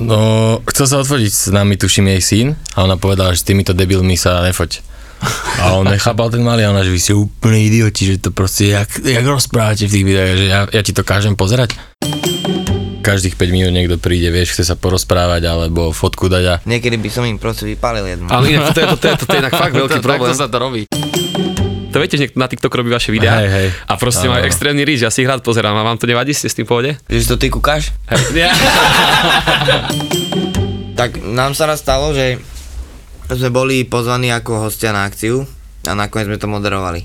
No, chcel sa odfotiť s nami, tuším, jej syn a ona povedala, že s týmito debilmi sa nefoť. A on nechápal ten malý a ona, že vy ste úplne idioti, že to proste, jak, jak rozprávate v tých videách, že ja, ja ti to kážem pozerať. Každých 5 minút niekto príde, vieš, chce sa porozprávať alebo fotku dať a Niekedy by som im proste vypálil jednu. Ale inak to je, to, to, je, to, to je inak fakt veľký Tak- problém. Takto sa to robí. To viete, že niekto na TikTok robí vaše videá Hej, hej. a proste má Áno. extrémny reach, ja si ich rád pozerám a vám to nevadí, ste s tým v pohode? Že si to ty kúkaš? Hej. Ja. Tak nám sa raz stalo, že sme boli pozvaní ako hostia na akciu a nakoniec sme to moderovali.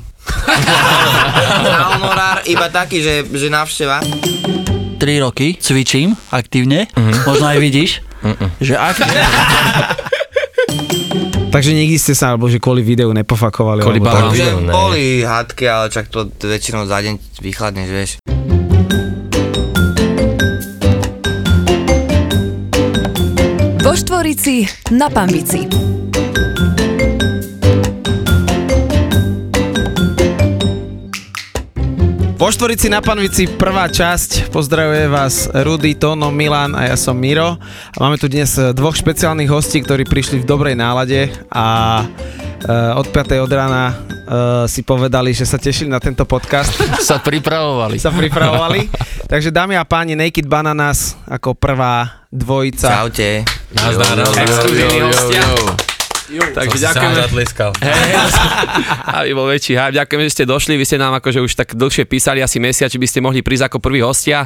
Na honorár iba taký, že, že návšteva. 3 roky cvičím aktívne, možno aj vidíš, že aktívne. Takže nikdy ste sa, alebo že kvôli videu nepofakovali. Kvôli alebo balám. tak. Takže ne. boli hádky, ale čak to väčšinou za deň vychladneš, vieš. Vo Štvorici na Pambici. Vo Štvorici na Panvici prvá časť. Pozdravuje vás Rudy, Tono, Milan a ja som Miro. A máme tu dnes eh, dvoch špeciálnych hostí, ktorí prišli v dobrej nálade a eh, od 5. od rána eh, si povedali, že sa tešili na tento podcast. Sa pripravovali. sa pripravovali. Takže dámy a páni, Naked Bananas ako prvá dvojica. Čaute. Nazdar, nazdar. Exkluzívny hostia. Takže Takže ďakujeme. ďakujem. Zatleskal. Aby bol väčší hype. Ďakujem, že ste došli. Vy ste nám akože už tak dlhšie písali, asi mesiac, či by ste mohli prísť ako prví hostia.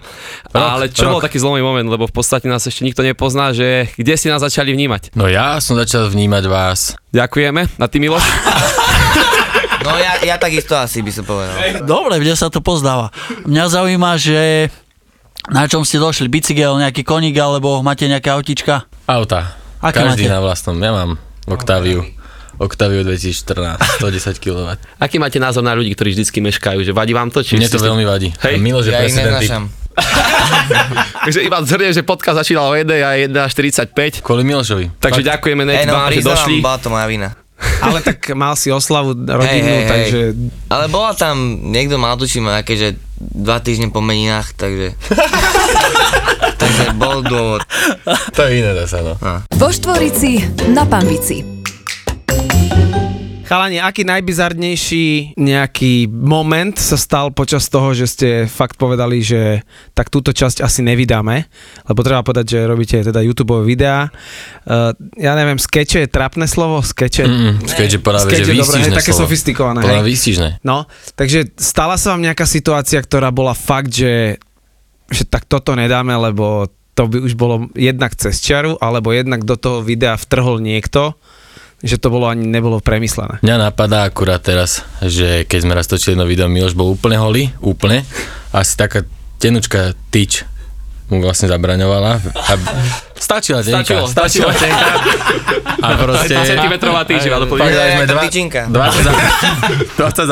Ale čo rok. bol taký zlomový moment, lebo v podstate nás ešte nikto nepozná, že kde ste nás začali vnímať. No ja som začal vnímať vás. Ďakujeme. A ty Miloš? No ja, ja takisto asi by som povedal. Dobre, mne sa to pozdáva. Mňa zaujíma, že na čom ste došli, bicykel, nejaký koník, alebo máte nejaká autička? Auta. Aké Každý máte? na vlastnom. Ja mám Octaviu. Octaviu 2014, 110 kW. Aký máte názor na ľudí, ktorí vždycky meškajú? Že vadí vám to? Či Mne to ste s tým- veľmi vadí. Hej, Hej. Milo, No, že Ja ich presne ten typ. neznašam. Takže iba zhrnie, že podcast začínal o 1 a 1.45. Kvôli Milošovi. Takže ďakujeme, Hej, Nate, no, vám, že priznávam, došli. bola to moja vina. Ale tak mal si oslavu rodinnú, hej, hej. takže Ale bola tam, niekto mal tuším nejaké, že dva týždne po meninách, takže... takže bol dôvod. To je iné zase, no. Vo Štvorici na Pambici. Chalani, aký najbizarnejší nejaký moment sa stal počas toho, že ste fakt povedali, že tak túto časť asi nevydáme, lebo treba povedať, že robíte teda YouTube videá. Uh, ja neviem, skeče je trapné slovo? Skeče? Mm, Skeďže podá, že Skeč je dobré, výstižné hej, také slovo. sofistikované, Podá hej. výstižné. No, takže stala sa vám nejaká situácia, ktorá bola fakt, že, že tak toto nedáme, lebo to by už bolo jednak cez čaru, alebo jednak do toho videa vtrhol niekto, že to bolo ani nebolo premyslené. Mňa napadá akurát teraz, že keď sme raz točili jedno video, Miloš bol úplne holý, úplne. Asi taká tenučka tyč mu vlastne zabraňovala. A stačila tenka, Stačilo, stačila tenka. A proste... 20 centimetrová týždeň, ale Fakt, podľa- dali Ja, sme ako dva- tyčinka. 20, zá-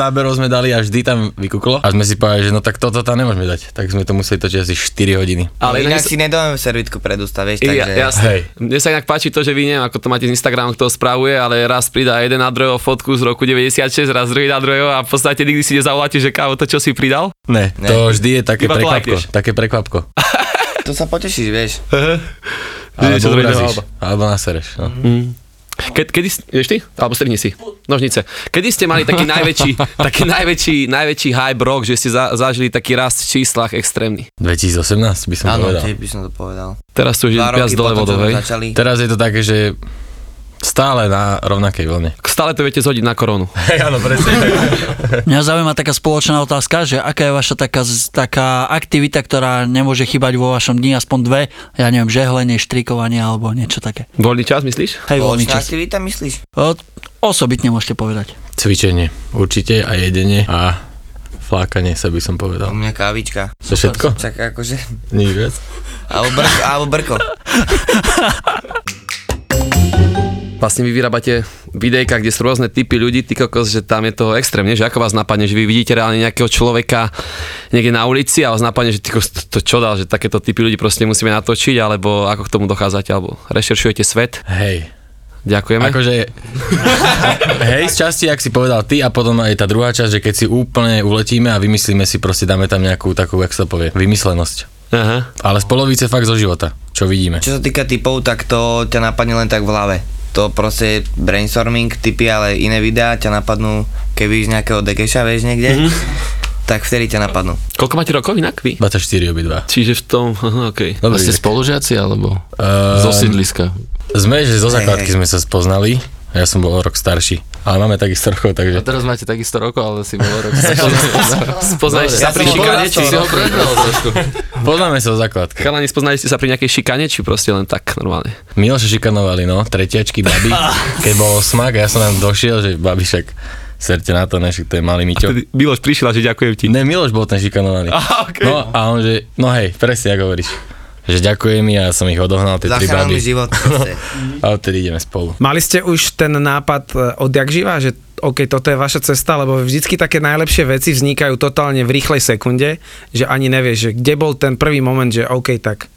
20 záberov sme dali a vždy tam vykuklo. A sme si povedali, že no tak toto tam nemôžeme dať. Tak sme to museli točiť asi 4 hodiny. Ale inak inak si nedáme servitku pred ústa, vieš, Ja, takže... jasne. Hej. Mne sa inak páči to, že vy neviem, ako to máte z Instagramu, kto ho spravuje, ale raz pridá jeden na druhého fotku z roku 96, raz druhý na druhého a v podstate nikdy si nezavoláte, že kávo to, čo si pridal. Ne, Ne. to vždy je také Iba to prekvapko. lajkneš. Také prekvapko. To sa potešíš, vieš. niečo Alebo zvedel, urazíš. alebo. Alebo nasereš. No. Ke, kedy, s- ideš ty? Alebo strihni si. Nožnice. Kedy ste mali taký najväčší, taký najväčší, najväčší hype rock, že ste za, zažili taký rast v číslach extrémny? 2018 by som Áno, povedal. tiež by som to povedal. Teraz to už je Dva viac roky dole potom, čo vodou, sme hej? začali. Teraz je to také, že stále na rovnakej vlne. Stále to viete zhodiť na koronu. Hej, áno, presne. Mňa zaujíma taká spoločná otázka, že aká je vaša taká, taká aktivita, ktorá nemôže chýbať vo vašom dni, aspoň dve, ja neviem, žehlenie, štrikovanie alebo niečo také. Voľný čas, myslíš? Hej, voľný Spoločná čas. aktivita, myslíš? O, osobitne môžete povedať. Cvičenie, určite a jedenie a flákanie sa by som povedal. U mňa kávička. To všetko? Čak akože... Nič viac? Alebo brko, alebo brko. Vlastne vy vyrábate videjka, kde sú rôzne typy ľudí, ty kokos, že tam je toho extrémne, že ako vás napadne, že vy vidíte reálne nejakého človeka niekde na ulici a vás napadne, že ty kokos, to, to čo dal, že takéto typy ľudí proste musíme natočiť, alebo ako k tomu dochádzate, alebo rešeršujete svet. Hej. Ďakujeme. Ako... Akože, hej, z časti, ak si povedal ty a potom aj tá druhá časť, že keď si úplne uletíme a vymyslíme si, proste dáme tam nejakú takú, jak sa to povie, vymyslenosť. Aha. Ale z polovice fakt zo života. čo vidíme. Čo sa týka typov, tak to ťa napadne len tak v hlave. To proste je brainstorming, typy, ale iné videá ťa napadnú, keď vidíš nejakého dekeša, vieš niekde, Mhm. mm-hmm. tak vtedy ťa napadnú. Koľko máte rokov inak vy? 24 obidva. Čiže v tom, aha, okej. Vlastne A ste Vek. spolužiaci alebo Ehm, z osídliska? Sme, že zo základky hej. sme sa spoznali, ja som bol o rok starší, ale máme takisto rokov, A takže... teraz máte takisto rokov, ale si bol rok. Spoznali ste Ja sa pri som bol šikane, na či to. si ho prehnal trošku. Poznáme sa o základke. Chalani, spoznali ste sa pri nejakej šikane, či proste len tak normálne? Miloša šikanovali, no, tretiačky babi, keď bol smak a ja som tam došiel, že babi však serte na to, ne, však to je malý Miťo. Vtedy Miloš prišiel a že ďakujem ti. Ne, Miloš bol ten šikanovaný. Aha, okej. No a on že, no hej, presne, ako hovoríš. Že ďakujem mi a ja som ich odohnal, tie tri baby. Zachránil mi život. proste. A odtedy ideme spolu. Mali ste už ten nápad e, odjak živa, že OK, toto je vaša cesta, lebo vždycky také najlepšie veci vznikajú totálne v rýchlej sekunde, že ani nevieš, že kde bol ten prvý moment, že OK, tak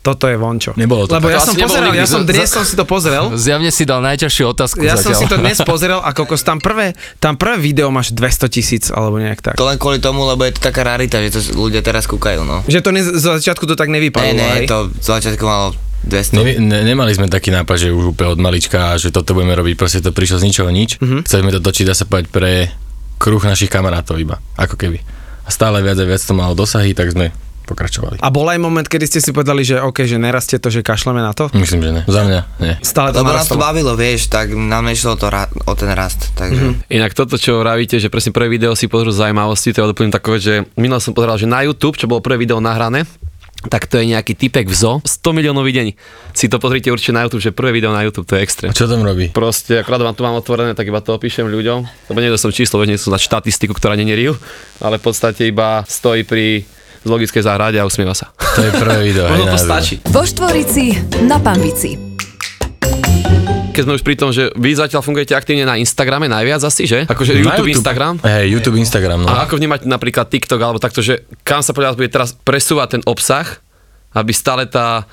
toto je vončo. Nebolo to lebo tak. ja som To asi nebolo pozeral, nikdy. ja som Za- dnes za- som si to pozrel. Zjavne si dal najťažšiu otázku Ja som zatiaľ. si to dnes pozrel a kokos tam prvé, tam prvé video máš 200 tisíc alebo nejak tak. To len kvôli tomu, lebo je to taká rarita, že to s- ľudia teraz kúkajú, no. Že to ne, z začiatku to tak Ne, nevypadalo. ne, hej? to z začiatku malo 200. Ne, ne, nemali sme taký nápad, že už úplne od malička, že toto budeme robiť, proste to prišlo z ničoho nič. Mm-hmm. Chceli sme to točiť, dá sa povedať, pre kruh našich kamarátov iba, ako keby. A stále viac a viac to malo dosahy, tak sme pokračovali. A bol aj moment, kedy ste si povedali, že OK, že nerastie to, že kašleme na to? Myslím, že ne. Za mňa, nie. Stále to Lebo nás to narastalo. bavilo, vieš, tak nám nešlo to ra- o ten Mhm. rast, takže... Inak toto, čo vravíte, že presne prvé video si pozrú zaujímavosti, to je doplním takové, že minul som pozeral, že na YouTube, čo bolo prvé video nahrané, tak to je nejaký typek v zoo, 100 miliónov videní. Si to pozrite určite na YouTube, že prvé video na YouTube, to je extrém. A čo tam robí? Proste, akorát vám to mám otvorené, tak iba to opíšem ľuďom, lebo nedal som číslo, veď nie som dať štatistiku, ktorá není real, ale v podstate iba stojí pri zoologickej záhrade a usmieva sa. To je prvé video. hej, Ono to na video. stačí. Vo Štvorici na Pambici. Keď sme už pri tom, že vy zatiaľ fungujete aktívne na Instagrame najviac asi, že? Akože Na YouTube, Instagram. No. Hej, YouTube, Instagram, no. A ako vnímať napríklad TikTok alebo takto, že kam sa podľa vás bude teraz presúvať ten obsah, aby stále tá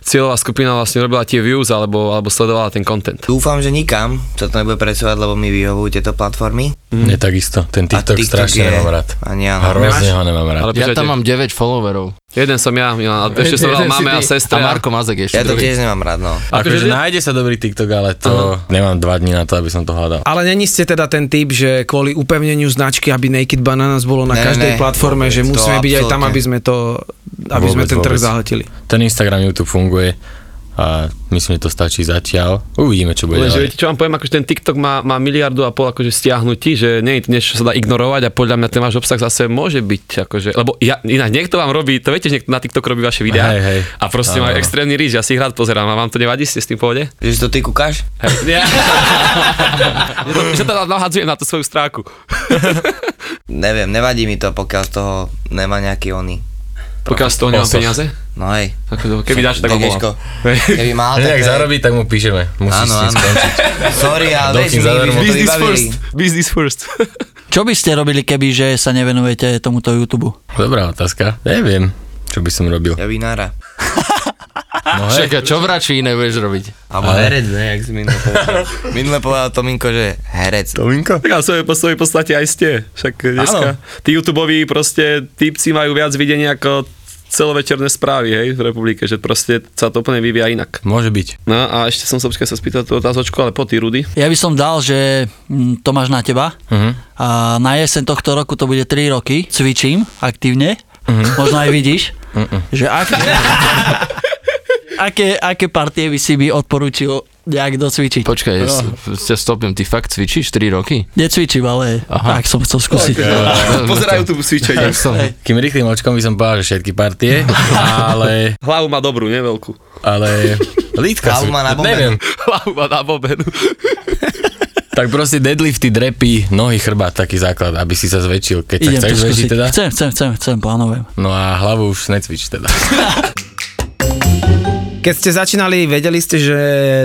cieľová skupina vlastne robila tie views alebo, alebo sledovala ten content. Dúfam, že nikam sa to nebude presúvať, lebo mi vyhovujú tieto platformy. Mne takisto. Ten TikTok, TikTok strašne je- nemám rád. Ani ja, no. Hrozne ho nemám rád. Ale Ja počkajte, tam mám 9 followerov. jeden som ja, Milan, a ešte som dal Jeden si máme ty a sestra. A Marko Mazek ešte Ja to druhý. tiež nemám rád, no. Akože akože- nájde sa dobrý TikTok, ale to nemám dva dní na to, aby som to hľadal. Ale není ste teda ten typ, že kvôli upevneniu značky, aby Naked Bananas bolo na Ne, každej ne, platforme, že vôbec, to musíme byť aj tam, absolútne. aby sme to, aby sme Vôbec, ten trh vôbec. zahltili. Ten Instagram, YouTube funguje a myslím, že to stačí zatiaľ. Uvidíme, čo bude Lenže ďalej. viete, čo vám poviem, akože ten TikTok má, má miliardu a pol akože stiahnutí, že nie je to niečo, čo sa dá ignorovať a podľa mňa ten váš obsah zase môže byť, akože, lebo ja, inak niekto vám robí, to viete, že niekto na TikTok robí vaše videá Hej, hej. a proste má Áno. extrémny ríž, ja si ich rád pozerám a vám to nevadí, ste s tým v pohode? Že si to ty kúkaš? Ja. ja to, že teda nahadzujem na tú svoju stránku. Neviem, nevadí mi to, pokiaľ z toho nemá nejaký oný. Pokiaľ z toho nemám Osoch. peniaze? No hej. Ako to- Keby dáš, tak ho volám. Degeško. Keby mal, Ale tak... ak No, zarobí, tak mu píšeme. Musí s Áno, ním áno. skončiť. Sorry, ale Dokým vieš, my by zadarmo. sme to Business vybavili. first. Business first. Čo by ste robili, keby že sa nevenujete tomuto YouTube? Dobrá otázka. Neviem, čo by som robil. Ja vinára. No hej, Čaká, čo vračí iné budeš robiť? Alebo Ale- herec, ne, jak si minule povedal. minule povedal Tominko, že herec. Tominko? tak ale svoje, po svojej podstate aj ste. Však dneska tí YouTubeoví proste typci majú viac videní ako celovečerné správy, hej, v republike, že proste sa to úplne vyvíja inak. Môže byť. No a ešte som sa počkaj sa spýtať tú otázočku, ale po ty, Rudy. Ja by som dal, že mm, to máš na teba. Mhm. A na jeseň tohto roku to bude 3 roky. Cvičím aktívne. Mhm. Možno aj vidíš. Že ak... aké, aké partie by si mi odporúčil nejak docvičiť? Počkaj, ja s- ťa stopnem, ty fakt cvičíš 4 roky? Necvičím, ale Aha. tak som chcel skúsiť. Pozerajú tu cvičenie. Som. Kým rýchlým očkom by som povedal, že všetky partie, ale, Hlavu má dobrú, neveľkú. ale lítka sú, Hlavu má nabobenú. neviem, Hlavu má nabobenú. tak proste deadlifty, drepy, nohy, chrbát, taký základ, aby si sa zväčšil, keď sa Idem to chceš zväčšiť skúsiť. teda. Chcem, chcem, chcem, chcem, plánujem. No a hlavu už necvič teda. Keď ste začínali, vedeli ste, že,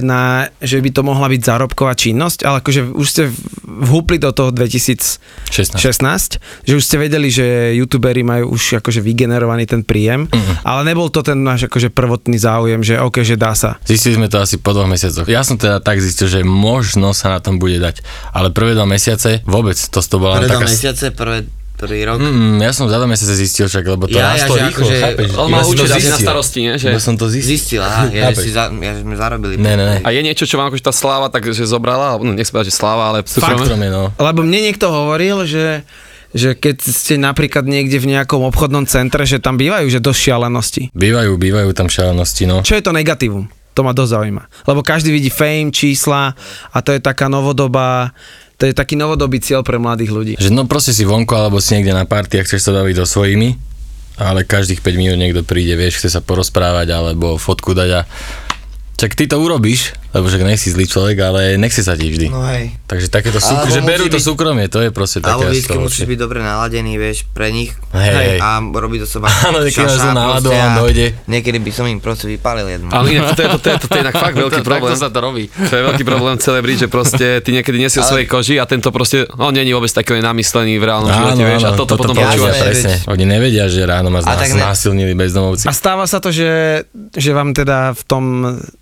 na, že by to mohla byť zárobková činnosť, ale akože už ste vhúpli do toho 2016, 16. že už ste vedeli, že youtuberi majú už akože vygenerovaný ten príjem, Mhm. ale nebol to ten náš akože prvotný záujem, že OK, že dá sa. Zistili sme to asi po dvoch mesiacoch. Ja som teda tak zistil, že možno sa na tom bude dať. Ale prvé dva mesiace vôbec to, to bola len Prvé taká... dva mesiace, prvé Prvý rok. Mm, ja som za dva mesiace zistil však, lebo to Ja, ja, ja, rastlo že rýchlo, akože- chápeš? On Ja má som to účet asi na zistil. starosti, nie? Že... Ja som to zistil. Zistila, aha, ja, že Mm. Chápeš. si za, ja, že sme zarobili. Ne, ne, ne. A je niečo, čo vám akože tá sláva, takže zobrala, no nech sa povedať, že sláva, ale súkromne. Faktom je, no. Lebo mne niekto hovoril, že že keď ste napríklad niekde v nejakom obchodnom centre, že tam bývajú, že dosť šialenosti. Bývajú, bývajú tam šialenosti, no. Čo je to negatívum? To ma dosť zaujíma. Lebo každý vidí fame, čísla a to je taká novodobá, to je taký novodobý cieľ pre mladých ľudí. Že no proste si vonku alebo si niekde na party a chceš sa baviť so svojimi, ale každých 5 minút niekto príde, vieš, chce sa porozprávať alebo fotku dať a Čak ty to urobíš, lebo však nejsi zlý človek, ale nechce sa ti vždy. No hej. Takže takéto súk- Alebo že musí berú to byť- súkromie, to je proste Alebo také asi vždycky to musíš horšie. byť dobre naladený, vieš, pre nich. Hej, hej. A robí to seba. Áno, keď máš zlú náladu a on dojde. Niekedy by som im proste vypálil jednu. Ale inak, to je, to, je, to, je inak fakt veľký Takto problém. sa to robí. To je veľký problém celebrít, že proste ty niekedy nie si o svojej koži a tento proste, on není vôbec taký namyslený v reálnom živote, vieš, a toto, potom práve- počúvaš. počúvaš. Presne, oni nevedia, že ráno ma A tak znás- ne- znásilnili bezdomovci. A stáva sa to, že, že vám teda v tom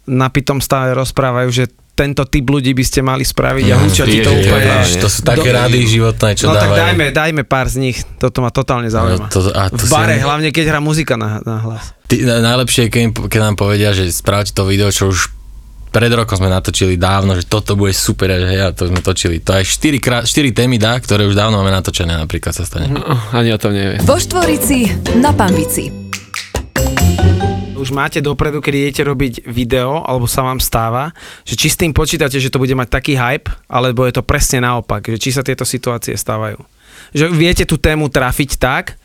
napitom stave rozprávajú, že tento typ ľudí by ste mali spraviť a húča ti Mm, to Ježiš, úplne. Ježiš, to sú také Do- rady životné, čo No tak dávajú. dajme, dajme pár z nich, toto ma totálne No zaujíma. to- a to v si bare, ani- hlavne keď hrá muzika na, na hlas. Ty, na- najlepšie je, keď, im- keď nám povedia, že spravte to video, čo už pred rokom sme natočili dávno, že toto bude super, a že hej, a to sme točili. To aj 4, krát, 4 témy dá, ktoré už dávno máme natočené, napríklad sa stane. Ani o tom nevie. Vo Štvorici na Pambici. Už máte dopredu, keď idete robiť video, alebo sa vám stáva, že či s tým počítate, že to bude mať taký hype, alebo je to presne naopak, že či sa tieto situácie stávajú. Že viete tú tému trafiť tak,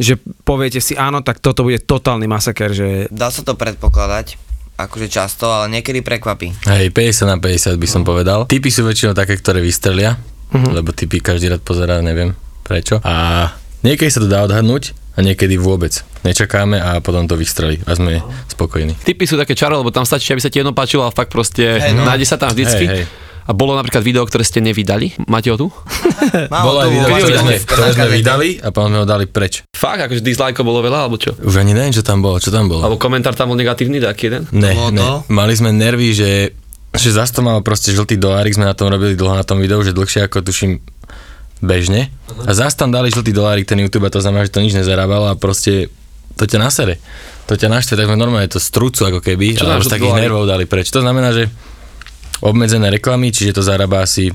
že poviete si, áno, tak toto bude totálny masaker, že Dá sa to predpokladať, akože často, ale niekedy prekvapí. Hej, 50 na 50 by som povedal. Typy sú väčšinou také, ktoré vystrelia, lebo typy každý rád pozerá, neviem prečo. A niekedy sa to dá odhadnúť a niekedy vôbec. Nečakáme a potom to vystrelí a sme spokojní. Typy sú také čaro, lebo tam stačí, aby sa ti jedno páčilo, ale fakt proste Hej, no. nájde sa tam vždycky. Hej, hej. A bolo napríklad video, ktoré ste nevydali. Máte ho tu? Bolo aj to video, bolo ktoré vlastne sme, v ktoré sme zákazníku. vydali a potom sme ho dali preč. Fakt, akože dislikeov bolo veľa, alebo čo? Už ani neviem, čo tam bolo, čo tam bolo. Alebo komentár tam bol negatívny, taký jeden? Ne, Bolo ne. to? Mali sme nervy, že, že zas to malo proste žltý dolárik, sme na tom robili dlho na tom videu, že dlhšie ako tuším bežne. A zas tam dali žltý dolárik ten YouTube a to znamená, že to nič nezarábalo a proste to ťa nasere. To ťa naštve, tak sme normálne to strúcu ako keby, Čo ale dá už žltý takých dolárik? nervov dali preč. To znamená, že obmedzené reklamy, čiže to zarába asi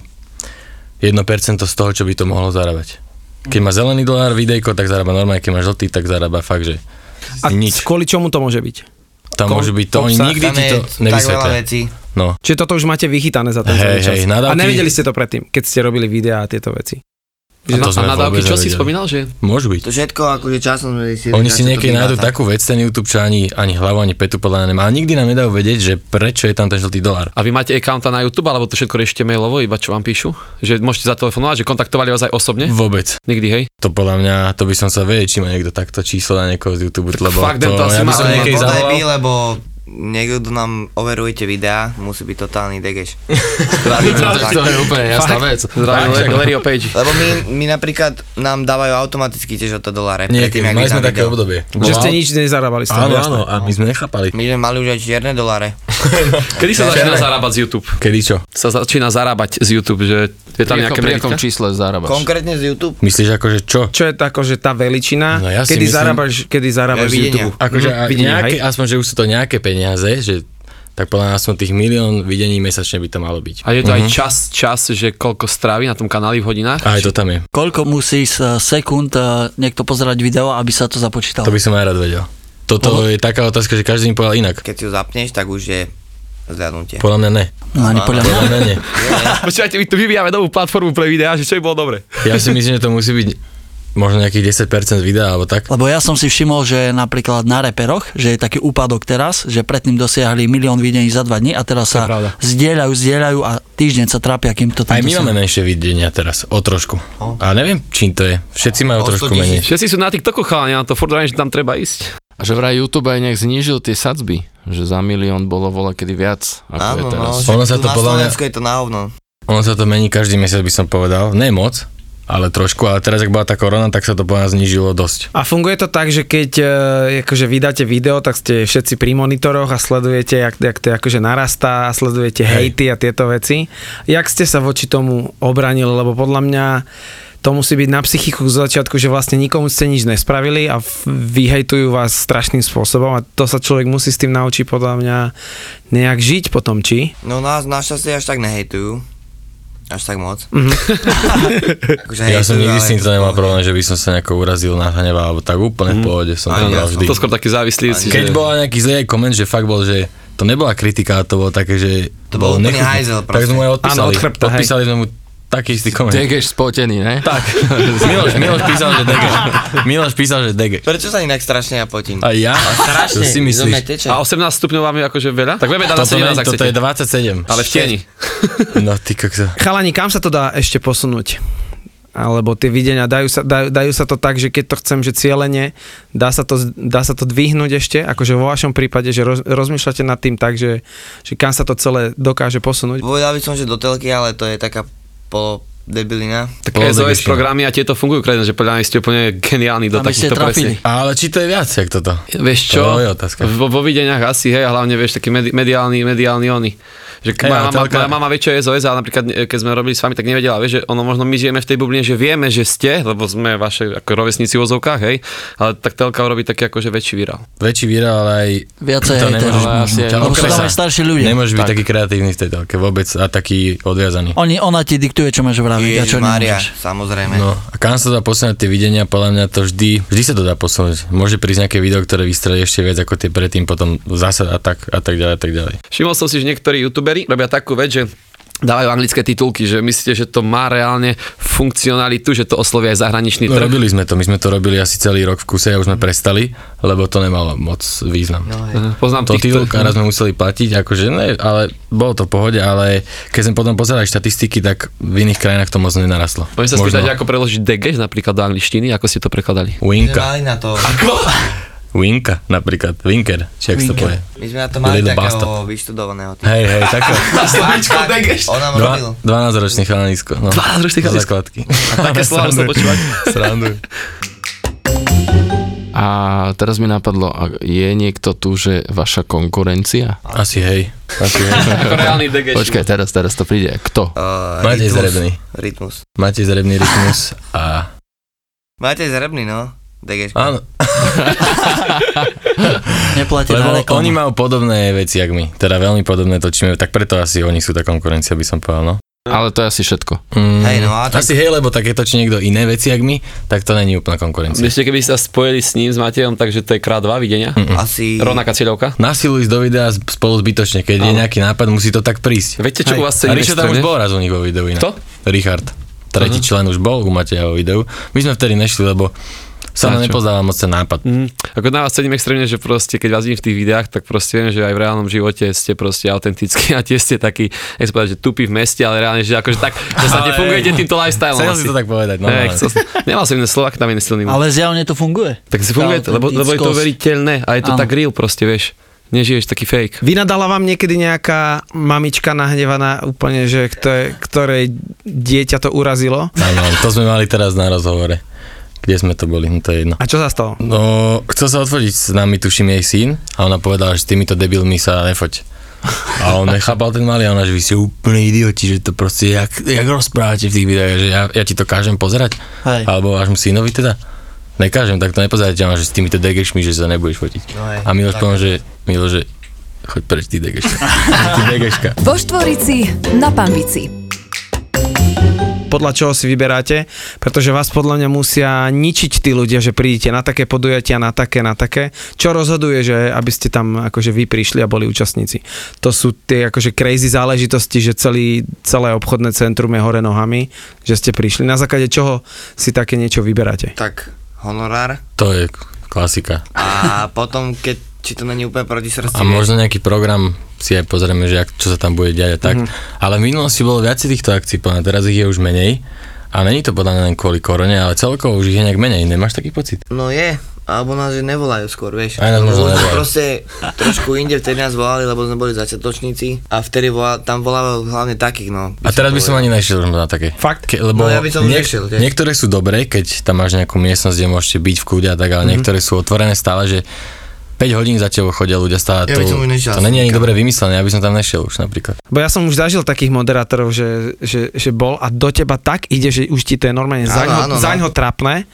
1% z toho, čo by to mohlo zarábať. Keď má zelený dolár videjko, tak zarába normálne, keď má žltý, tak zarába fakt, že a nič. kvôli čomu to môže byť. Tam kom- môže byť to, oni obsah, nikdy Tam ti je to tak veľa nevysvetlia. vecí. No. Čiže toto už máte vychytané za ten Hej, celý čas. hej, nadávky- A nevedeli ste to predtým, keď ste robili videá a tieto veci. A to sme a nadávky, vôbec čo si nevedeli. spomínal, že Môžu byť. To všetko akože časom sme zistili. Oni si že čo to niekedy býva nájdu tak. takú vec, ten YouTube, čo ani, ani hlavu, ani petu podľa mňa nemá. A nikdy nám nedajú vedieť, že prečo je tam ten žltý dolár. A vy máte accounta na YouTube, alebo to všetko riešite mailovo, iba čo vám píšu? Že môžete zatelefonovať, že kontaktovali vás aj osobne? Vôbec. Nikdy, hej? To podľa mňa, to by som sa vedel, či má niekto takto číslo na niekoho z YouTube, lebo fakt, to, ten to ja asi by má, som Ale niekedy podaj by, zavolal. lebo niekto nám overujete videá, musí byť totálny degeš. Zdravím, To, tak. No, to je úplne jasná vec. Zdravím, Tak, Le- Valerio Page. Lebo my, my napríklad nám dávajú automaticky tiež o to doláre. Niekedy, Predtým, ak mali sme vydám také video. obdobie. Že ste Wow. nič nezarábali z No. toho. Áno, jasné. áno, a my sme nechápali. My sme mali už aj čierne doláre. Kedy sa začína zarábať z YouTube? Kedy čo? Sa začína zarábať z YouTube, že je tam Pri akom- nejaké pri akom meritka? čísle zarábaš? Konkrétne z YouTube. Myslíš akože čo? Čo je to akože tá veličina, No ja si kedy, myslím- zarábaš, kedy zarábaš z videnia. YouTube? Akože Mhm, a videnia, nejaké, hej. aspoň, že už sú to nejaké peniaze, že tak podľa nás tých milión videní mesačne by to malo byť. A je to aj čas, čas, že koľko strávi na tom kanáli v hodinách? A aj to tam je. Koľko musí sa sekúnd eh, niekto pozerať video, aby sa to započítalo? To by som aj rád vedel. Toto je taká otázka, že každý im povedal inak. Keď si ju zapneš, tak už je zľadnutie. Podľa mňa ne. No ani podľa mňa. Podľa mňa ne. Počúvajte, my tu vyvíjame novú platformu pre videá, že čo by bolo dobre. Ja si myslím, že to musí byť možno nejakých 10% videa alebo tak. Lebo ja som si všimol, že napríklad na reperoch, že je taký úpadok teraz, že predtým dosiahli milión videní za dva dní a teraz sa pravda. zdieľajú, zdieľajú a týždeň sa trápia, kým to tam Aj my dosiahnu. máme menšie videnia teraz, o trošku. A neviem, čím to je. Všetci majú O trošku 100 000. menej. Všetci sú na TikToku chalani, ja to furt hovorím, že tam treba ísť. A že vraj YouTube aj nejak znížil tie sadzby, že za milión bolo voľa kedy viac, ako je Áno, no, teraz. však Ono sa tu to na podľa mňa- Slovensku je to na hovno. Ono sa to mení každý mesiac, by som povedal. Ne moc, ale trošku. Ale teraz, ak bola tá korona, tak sa to po nás znížilo dosť. A funguje to tak, že keď e, akože vydáte video, tak ste všetci pri monitoroch a sledujete, jak, jak to akože narastá a sledujete hejty a tieto veci. Jak ste sa voči tomu obranili? Lebo podľa mňa to musí byť na psychiku z začiatku, že vlastne nikomu ste nič nespravili a f- vyhejtujú vás strašným spôsobom a to sa človek musí s tým naučiť podľa mňa nejak žiť potom, či? No nás našťastie až tak nehejtujú. Až tak moc. akože Mhm. Ja som hejtujú, nikdy ale- akože- s týmto nemal problém, že by som sa nejako urazil na hneva, alebo tak úplne v pohode som Ani to ja dal som vždy. To skôr taký závislý. si, Keď že- bola nejaký zlý koment, že fakt bol, že to nebola kritika, to bolo také, že... To bol úplný nechutné. hajzel Tak proste. sme mu aj odpísali. Áno, od chrbta, hej. Odpísali sme mu taký istý koment. Degeš spotený, ne? Tak. Miloš, Miloš písal, že degeš. Miloš písal, že degeš. Prečo sa inak strašne ja potím? A ja? Čo Strašne, si zo mňa myslíš? teče. A 18 stupňov vám je akože veľa? Tak vieme dať na Toto, nie, 17, ak toto je chcete. 27. Ale v tieni. No ty kokso. Chalani, kam sa to dá ešte posunúť? Alebo tie videnia, dajú sa, dajú, dajú sa to tak, že keď to chcem, že cieľene, dá sa to, dá sa to dvihnúť ešte? Akože vo vašom prípade, že roz, rozmýšľate nad tým tak, že, že kam sa to celé dokáže posunúť? Povedal by som, že do telky, ale to je taká polo debilina. Tak Bolo SOS najvyššie. programy a tieto fungujú krajine, že podľa mňa ste úplne geniálni do Aby ste takýchto trafili. presne. Ale či to je viac, jak toto? Vieš čo? To je otázka. Vo, vo videniach asi, hej, a hlavne vieš, taký medi- mediálny, mediálny oni. Že Hej, moja, ale mama, telka- moja mama vie, čo je SOS, ale napríklad e, keď sme robili s vami, tak nevedela, vieš, že ono možno my žijeme v tej bubline, že vieme, že ste, lebo sme vaše ako rovesníci v vozovkách, hej, ale tak telka urobí taký akože väčší virál. Väčší výra, ale aj... Viacej to hejterov. nemôžeš, Ale asi aj- ťa Lebo sú tam okresa. aj starší ľudia. Nemôžeš byť taký kreatívny v tej telke vôbec a taký odviazaný. Oni, ona ti diktuje, čo máš vraviť a čo Mária, nemôžeš. samozrejme. No a kam sa dá posunúť tie videnia, podľa mňa to vždy, vždy sa to dá posunúť. Môže prísť nejaké video, ktoré vystrelí ešte viac ako tie predtým, potom zase a tak, a tak ďalej, a tak ďalej. Všimol som si, že niektorí youtuberi robia takú vec, že dávajú anglické titulky, že myslíte, že to má reálne funkcionalitu, že to oslovia aj zahraničný No, trh. robili sme to, my sme to robili asi celý rok v kuse a už sme prestali, lebo to nemalo moc význam. No, Poznám to týchto. titulkára sme museli platiť, akože ne, ale bolo to v pohode, ale keď sme potom pozerali štatistiky, tak v iných krajinách to moc nenarastlo. Poďme sa spýtať, ako preložiť degeš napríklad do angličtiny, ako ste to My prekladali. sme Winka, mali na to, Winka napríklad, Winker, či jak sa to povie. my sme na to mali Little takého vyštudovaného. typu. Hej, hej, takto. Slovičko degeš. On nám robil. Dva- 12-ročný chalanisko. No. 12-ročný chalanisko. Na Základky. také slova musel Srandujem. počúvať. Srandujem. A teraz mi napadlo, a je niekto tu, že vaša konkurencia? Asi hej. Asi hej. Ako reálny degeš. Počkaj, teraz, teraz to príde. Kto? Uh, Matej rytmus. Zrebný. Rytmus. Máte zrebný rytmus a... Matej Zrebný, no. Degeš. Áno, Neplatí lebo na reklamu. oni majú podobné veci, jak my. Teda veľmi podobné točíme, tak preto asi oni sú tá konkurencia, by som povedal, no. Ale to je asi všetko. Mm, Hej, no a tak- Asi hej, lebo tak keď točí niekto iné veci, jak my, tak to není úplná konkurencia. Myslíte, keby ste sa spojili s ním, s Matejom, takže to je krát dva videnia? Asi... Hm. Rovnaká cieľovka? Nasiluj ísť do videa z- spolu zbytočne, keď je nejaký nápad, musí to tak prísť. Viete, čo u vás A celý Richard tam už bol raz u nich vo videu inak. Kto? Mhm. Richard. Tretí člen už bol u Mateja vo videu. My sme vtedy nešli, lebo sa nám Na čo? nepozdáva moc ten nápad. Mm, ako na vás cením extrémne, že proste, keď vás vidím v tých videách, tak proste viem, že aj v reálnom živote ste proste autentickí a tie ste takí, nech sa povedať, že tupí v meste, ale reálne, že akože tak, že sa Ale- fungujete týmto lifestyle. Chcel si to tak povedať, no. Hej, ale- chcel som- nemal som iné slova, tam iný silný. Ale zjavne to funguje. Tak si funguje to, lebo, lebo je to Autentickosť. veriteľné a je to Áno. tak real proste, vieš. Nežiješ taký fake. Vynadala vám niekedy nejaká mamička nahnevaná úplne, že kto, ktorej dieťa to urazilo? Áno, to sme mali teraz na rozhovore. Kde sme to boli, no to je jedno. A čo sa stalo? No, chcel sa odfotiť s nami, tuším jej syn, a ona povedala, že s týmito debilmi sa nefoť. A on nechápal ten malý, a ona, že vy ste úplne idioti, že to proste, jak, jak rozprávate v tých videách, že ja, ja ti to kážem pozerať, Hej. alebo vášmu synovi teda. Nekážem, tak to nepozerajte, ona, že s týmito degešmi, že sa nebudeš fotiť. No hej, a Miloš tak. povedal, že, Miloš, že choď preč, ty degeška. ty degeška. Vo Štvorici na Pambici. Podľa čoho si vyberáte? Pretože vás podľa mňa musia ničiť tí ľudia, že prídete na také podujatia, na také, na také. Čo rozhoduje, že aby ste tam akože vy prišli a boli účastníci? To sú tie akože crazy záležitosti, že celý, celé obchodné centrum je hore nohami, že ste prišli. Na základe čoho si také niečo vyberáte? Tak honorár. To je klasika. A potom, keď či to není úplne proti srdci. A možno nejaký program si aj pozrieme, že ak, čo sa tam bude diať a Mhm. tak. Mm-hmm. Ale v minulosti bolo viac týchto akcií, plné, teraz ich je už menej. A není to podľa mňa len kvôli korone, ale celkovo už ich je nejak menej, nemáš taký pocit? No je, alebo nás že nevolajú skôr, vieš. Aj nás možno Lebo sme nevolajú. Proste trošku inde vtedy nás volali, lebo sme boli začiatočníci a vtedy vola, tam volajú hlavne takých, no. A teraz by som ani nešiel na také. Fakt? Ke, lebo No, ja by som nešiel, tiež. niektoré sú dobré, keď tam máš nejakú miestnosť, kde môžete byť v kľude a tak, ale mm-hmm. niektoré sú otvorené stále, že 5 hodín za tebou chodia ľudia stále. Ja by tu- som už nešiel to není ani nikam. dobre vymyslené, ja by som tam nešiel už napríklad. Bo ja som už zažil takých moderátorov, že, že, že bol a do teba tak ide, že už ti to je normálne Áno, zaň ho, áno, no. zaň ho trapné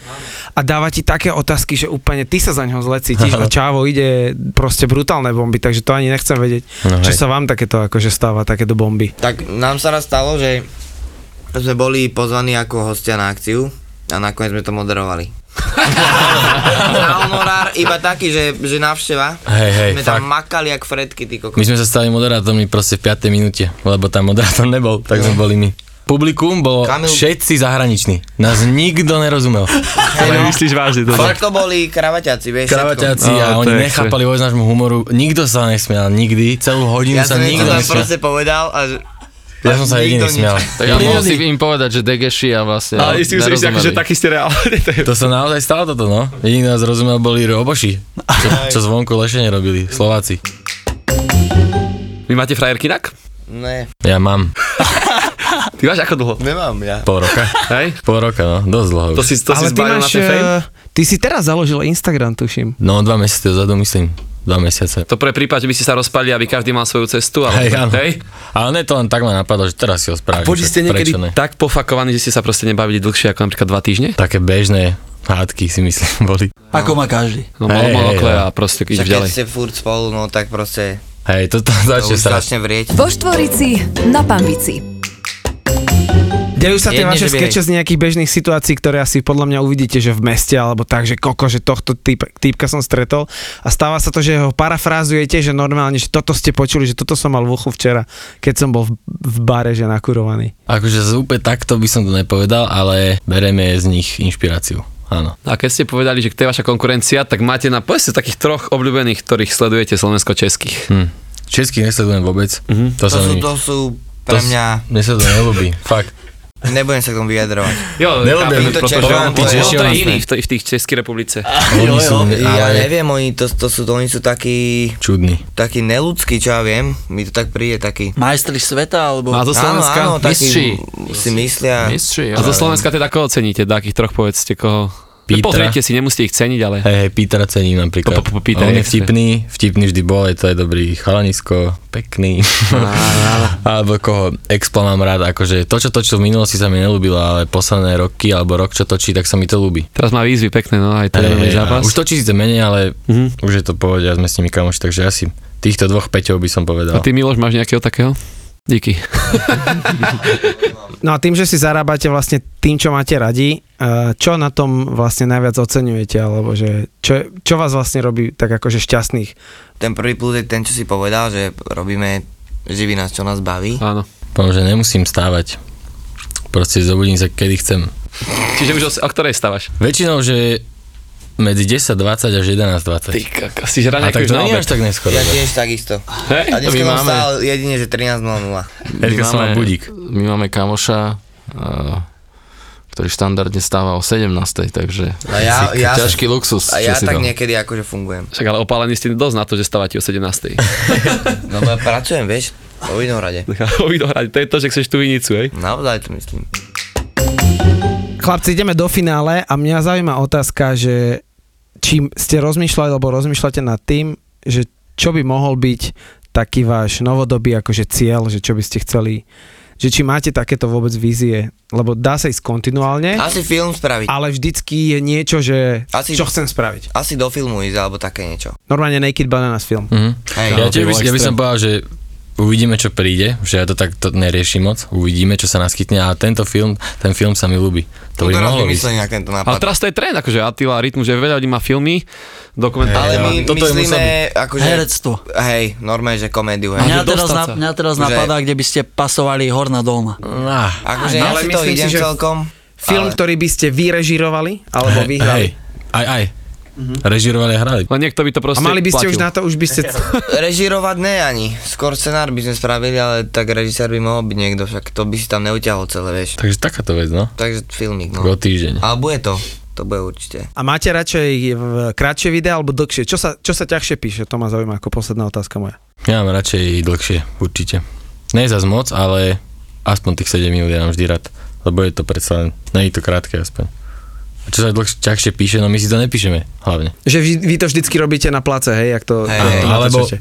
a dáva ti také otázky, že úplne ty sa zaň ho zle cítiš a čávo ide proste brutálne bomby, takže to ani nechcem vedieť, No čo hej. sa vám takéto akože stáva, takéto bomby. Tak nám sa raz stalo, že sme boli pozvaní ako hostia na akciu a nakoniec sme to moderovali. a honorár iba taký, že, že návšteva. Hej, hej, sme tam fakt. makali jak fredky, ty kokos. My sme sa stali moderátormi proste v 5. minúte, lebo tam moderátor nebol, tak sme boli my. Publikum bolo Kamil- všetci zahraniční. Nás nikto nerozumel. Myslíš vážne to? Fakt to boli kravaťaci, vieš, všetko. Kravaťáci a No, oni to je nechápali vôbec nášmu humoru. Nikto sa nesmial, nikdy. Celú hodinu Ja sa som niečo nikto tam nesmial. proste povedal a že... Ja som sa jediný nikto nič. smial. Tak ja mohol Jediný. si im povedať, že degeši a vlastne Ale si už nerozumeli. akože taký ste reálne. to je- To sa naozaj stalo toto, no. Jediný, kto nás rozumel, boli roboši, čo, čo zvonku lešenie robili, Slováci. Vy máte frajerky inak? Ne, Ja mám Ty máš ako dlho? nemám ja. pol roka. Hej? Pol roka, no. Dosť dlho To už. si, to si zbalil na ten fame? eh, ty si teraz založil Instagram, tuším. No, dva mesiace dozadu, myslím. Dva mesiace. To pre prípad, že by ste sa rozpadli, aby každý mal svoju cestu, ale Hej, áno. hej? Ale ne, to len tak ma napadlo, že teraz si ho správne. Boli ste niekedy tak pofakovaní, že ste sa proste nebavili dlhšie ako napríklad dva týždne? Také bežné hádky si myslím boli. Ako má každý. No, Hej, hey, monokle hej, a proste Však ideš keď ďalej. ste furt spolu, no tak proste Hej, to tam to začne už sa. strašne vrieť. Vo Štvorici na Pambici. Dejú sa tie Jedne, že vaše bielej. skeče z nejakých bežných situácií, ktoré asi podľa mňa uvidíte, že v meste alebo tak, že koko, že tohto typ, typka som stretol a stáva sa to, že ho parafrázujete, že normálne, že toto ste počuli, že toto som mal v uchu včera, keď som bol v, v bare, že nakurovaný. Akože z- úplne takto by som to nepovedal, ale bereme z nich inšpiráciu. Áno. A keď ste povedali, že kto je vaša konkurencia, tak máte na povedzte takých troch obľúbených, ktorých sledujete slovensko-českých. Hm. Českých nesledujem vôbec. Mm-hmm. To, To sa sú, mi- to sú to pre s- mňa, Mne sa to nelúbi, fakt. nebudem sa k tomu vyjadrovať. Jo, Nelúbim chápem, to pretože Češom, on- to je- on- Češom to je sme. iný v, tej- v tých Českej republice. Oni sú, Ja ale neviem, oni, to, to sú, oni sú takí, čudní. takí neludskí, čo ja viem, mi to tak príde taký. Majstri sveta, alebo... A zo Slovenska? áno, áno, Mistri. takí si myslia, Mistri, A ale- zo Slovenska teda koho ceníte? Takých troch povedzte koho? Pítra. Pozrite si, nemusíte ich ceniť, ale... Hej, hej, Peter cením napríklad. Po- po- po- Peter On je je extra. vtipný, vtipný vždy bol, je to aj dobrý chalanisko, pekný. alebo koho, Expo mám rád, akože to, čo točil v minulosti sa mi nelúbilo, ale posledné roky, alebo rok, čo točí, tak sa mi to ľúbi. Teraz má výzvy pekné, no aj ten Hej, hej, zápas. a Už točí síce menej, ale Mhm. už je to v pohode, a sme s nimi kamoši, takže asi týchto dvoch Peťov by som A povedal. ty Miloš máš nejakého takého? Díky. No a tým, že si zarábate vlastne tým, čo máte radi, eh, čo na tom vlastne najviac oceňujete, alebo že čo, čo vás vlastne robí tak akože šťastných? ten prvý plus je ten, čo si povedal, že robíme živí nás, čo nás baví. Áno. Poviem, že nemusím stávať. Proste zobudím sa, kedy chcem. Čiže už o, o ktorej stávaš? Väčšinou, že medzi 10.20 až 11.20. kaka, si žranie A tak už to na nie je obed. až tak no. neskoro. Ja tiež takisto. Hej? A dneska my som máme. stál jedine, že 13.00. My Erika som mal máme- budík. My máme kamoša, eh, ktorý štandardne stáva o 17. takže A No ja, si- ja, ťažký luxus. a ja čo si tak dal. niekedy akože fungujem. Však ale opálení ste dosť na to, že stávate o 17. No ja pracujem, vieš, o inom rade. Ovi dohrať, to je to, že chceš tú vinicu, hej? Naozaj to myslím. Chlapci, ideme do finále a mňa zaujíma otázka, že či ste rozmýšľali alebo rozmýšľate nad tým, že čo by mohol byť taký váš novodobý akože cieľ, že čo by ste chceli, že či máte takéto vôbec vízie, lebo dá sa ísť kontinuálne, Asi film spraviť. ale vždycky je niečo, že Asi- čo chcem spraviť. Asi do filmu ísť, alebo také niečo. Normálne Naked Bananas film. Mhm. Hej, Ja, to tiež by by, bolo ja by extrém. som povedal, že uvidíme, čo príde, že ja to takto neriešim moc, uvidíme, čo sa naskytne a tento film, ten film sa mi ľúbi. To by teraz mohlo byť. vymysleli nejak tento Ale nápad. teraz to je trend, akože Attila Rytmus, že veľa ľudí má filmy, Ale dokumentárne. my ale toto je myslíme, akože... Herectvo. Hej, normálne, že komédiu, hej. Mňa že teraz, dostať na, sa. mňa teraz Že- napadá, kde by ste pasovali horná dolna. Ah, Akože Áno, ja ale si to myslím si, idem že- celkom. Film, ale- ktorý by ste vyrežirovali alebo hej, hej, vyhrali. aj, aj. Režirovali a hrali. Len niekto by to A proste mali by ste už platil. na to, už by ste... Režirovať ne ani. Skôr scenár by sme spravili, ale tak režisér by mohol byť niekto, však to by si tam neutiahol celé, vieš. Takže takáto vec, no. Takže filmik, no. O no. týždeň. Ale bude to. To bude určite. A máte radšej v- krátšie videá alebo dlhšie? Čo sa, čo sa ťažšie píše? To ma zaujíma ako posledná otázka moja. Ja mám radšej dlhšie, určite. Nie zas moc, ale aspoň tých 7 minút ja mám vždy rád. Lebo je to predsa len, nie je to krátke aspoň. A čo sa dlhšie, ťažšie píše, no my si to nepíšeme hlavne. Že vy, vy to vždycky robíte na place, hej, jak to, Hej, ako hej. to Alebo natáčate.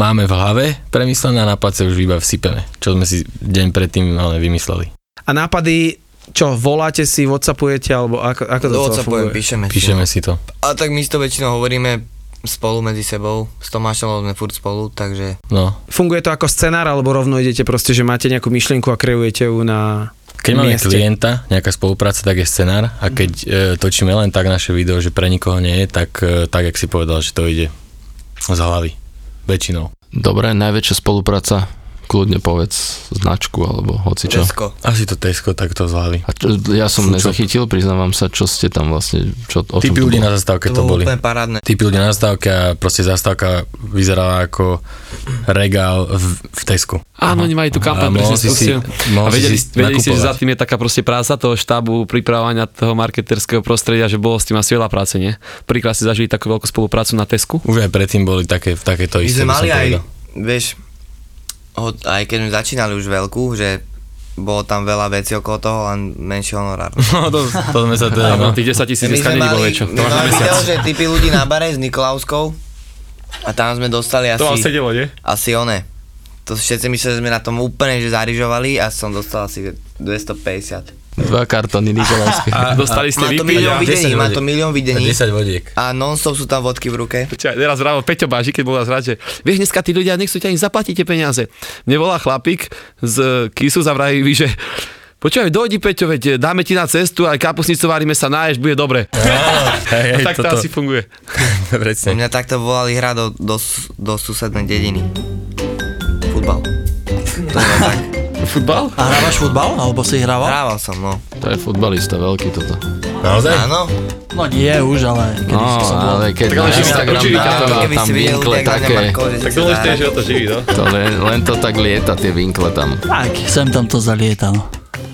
máme v hlave premyslené a na place už iba vsypeme, čo sme si deň predtým ale vymysleli. A nápady, čo, voláte si, whatsappujete, alebo ako, ako to Do celé Whatsappu funguje? píšeme. si. Píšeme si to. A tak my si to väčšinou hovoríme spolu medzi sebou. S Tomášom lebo sme furt spolu, takže No. Funguje to ako scenár, alebo rovno idete proste, že máte nejakú myšlienku a kreujete ju na... Keď máme Mieste. klienta, nejaká spolupráca, tak je scenár a keď e, točíme len tak naše video, že pre nikoho nie je, tak, e, tak jak si povedal, že to ide z hlavy. Väčšinou. Dobre, najväčšia spolupráca, kľudne povedz značku alebo hoci čo. Česko. Asi to Tesco takto z hlavy. A čo, ja som Fúčok. nezachytil, priznávam sa, čo ste tam vlastne, čo, o čom Typy to ľudí bolo? na zastávke To to bolo boli. úplne parádne. Typy ľudí na zastávke a proste zastávka vyzerala ako regál v, v Tesku. Áno, oni majú tú kampaň, A mohol presne si to si, ste- mohol A vedeli, si si vedeli ste, že za nakupovať. tým je taká proste práca toho štábu, pripravovania toho marketerského prostredia, že bolo s tým asi veľa práce, nie? Príklad ste zažili takú veľkú spoluprácu na Tesku. Už aj predtým boli také, takéto My isté, by sme som mali aj, povedal. vieš, od, aj keď sme začínali už veľkú, že bolo tam veľa vecí okolo toho, len menší honorár. No to, to sme sa teda... Áno, No, tých 10 tisíc My dneska sme nebolo mali, niečo. my sme mali video, že typy ľudí na bare s Nikolauskou a tam sme dostali asi, To vám sedelo, nie? asi one. To si všetci mysleli, že sme na tom úplne že zarižovali a som dostal asi 250. Dva kartóny Nikolajské. Dostali ste Má to vypiť milión a... videní, 10 má ľudí. to milión a videní 10 vodiek. a non-stop sú tam vodky v ruke. Čiže teraz vravo Peťo Báži, keď bol nás rád, že vieš, dneska tí ľudia nechcú ťa ani zaplatiť tie peniaze. Mne volá chlapík z e, Kisu za vraví, že Počúvaj, dojdi Peťo, veď e, dáme ti na cestu, aj kapusnicu varíme sa, náješ, bude dobre. Hej, hej, No tak to toto- asi funguje. Presne. Mňa takto volali hra do, do, s- do susednej dediny. Futbal. To je tak. Futbal? A hrávaš futbal? Alebo si hrával? Hrával som, no. To je futbalista veľký toto. Naozaj? Áno, No nie už, ale kedy No, som bol. ale keď Tak ale na že by- Instagram určite dá, to- tam, keby tam si videl vinkle ľudia, také, Tak o to živí, no? to len, len to tak lieta, tie vinkle tam. Tak, sem tam to zalieta, no.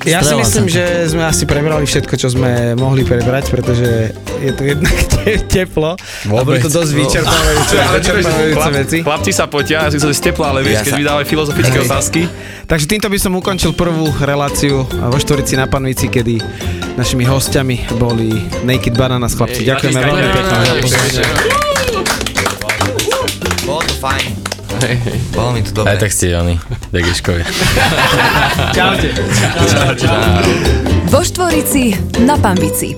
Ja si Strela myslím, sa. že sme asi prebrali všetko, čo sme mohli prebrať, pretože je tu jednak te- teplo. Vôbec. A boli to dosť vyčerpávajúce, vyčerpávajúce veci. Chlapci sa potia, ja si som tepla, ale vieš, Ja keď sa- vydávajú filozofické otázky. Takže týmto by som ukončil prvú reláciu vo Štorici na Panvici, kedy našimi hostiami boli Naked Bananas chlapci. Ďakujeme veľmi pekne. za pozvanie. Bolo to fajn. Bolo mi to Aj dobre. tak ste oni, Degeškovi. Čaute. Vo Štvorici na Pambici.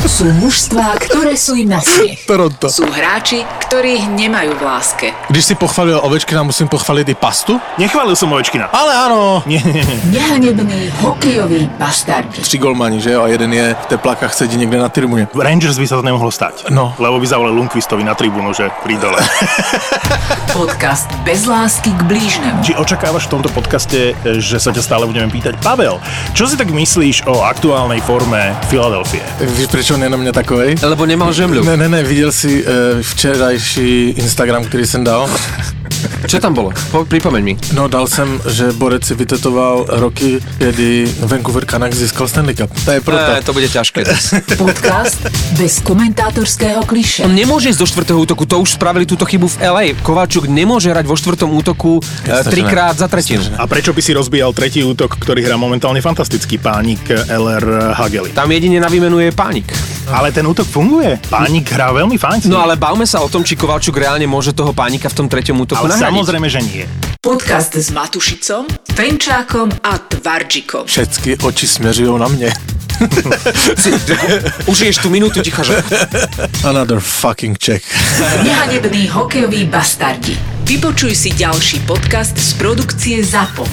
Sú mužstvá, ktoré sú im na smiech. Toronto. Sú hráči, ktorých nemajú v láske. Když si pochvalil Ovečkina, musím pochvalit i pastu? Nechválil som Ovečkina. Ale ano. Nie, nie, nie. Nehanební hokejoví bastardi. Tři golmani, že jo? A jeden je v teplákách, sedí někde na tribuně. Rangers by sa to nemohlo stať. No. Lebo by zavolal Lundqvistovi na tribúnu, že prídole. Podcast bez lásky k blížnemu. Či očakávaš v tomto podcaste, že sa ťa stále budeme pýtať? Pavel, čo si tak myslíš o aktuálnej forme Filadelfie? Víš, proč on je na mě takovej? Lebo nemal žemľu. Ne, ne, ne, viděl jsi uh, včerajší Instagram, který jsem dal. Čo tam bolo? Po, pripomeň mi. No, dal jsem, že Borec si vytetoval roky, kdy Vancouver Canucks získal Stanley Cup. To je proto. to bude ťažké. Podcast bez komentátorského kliše. Nemôže ísť do štvrtého útoku, to už spravili túto chybu v LA. Kováčuk nemôže hrať vo štvrtom útoku e, Jasné, že trikrát za tretinu. A prečo by si rozbíjal tretí útok, ktorý hrá momentálne fantastický pánik LR Hageli? Tam jedine na výmenu je pánik. Ale ten útok funguje. Pánik hrá veľmi fajn. No ale bavme sa o tom, či Kováčuk reálne môže toho pánika v tom treťom útoku ale nahradiť. samozrejme, že nie. Podcast s Matušicom, Fenčákom a Tvarčikom. Všecky oči směřují na mě. Užiješ tú minútu ticha, že? Another fucking Czech. Nehanební hokejoví bastardi. Vypočuj si ďalší podcast z produkcie ZAPO.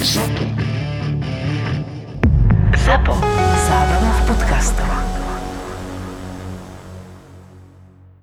ZAPO. Zábrná v podcastovách.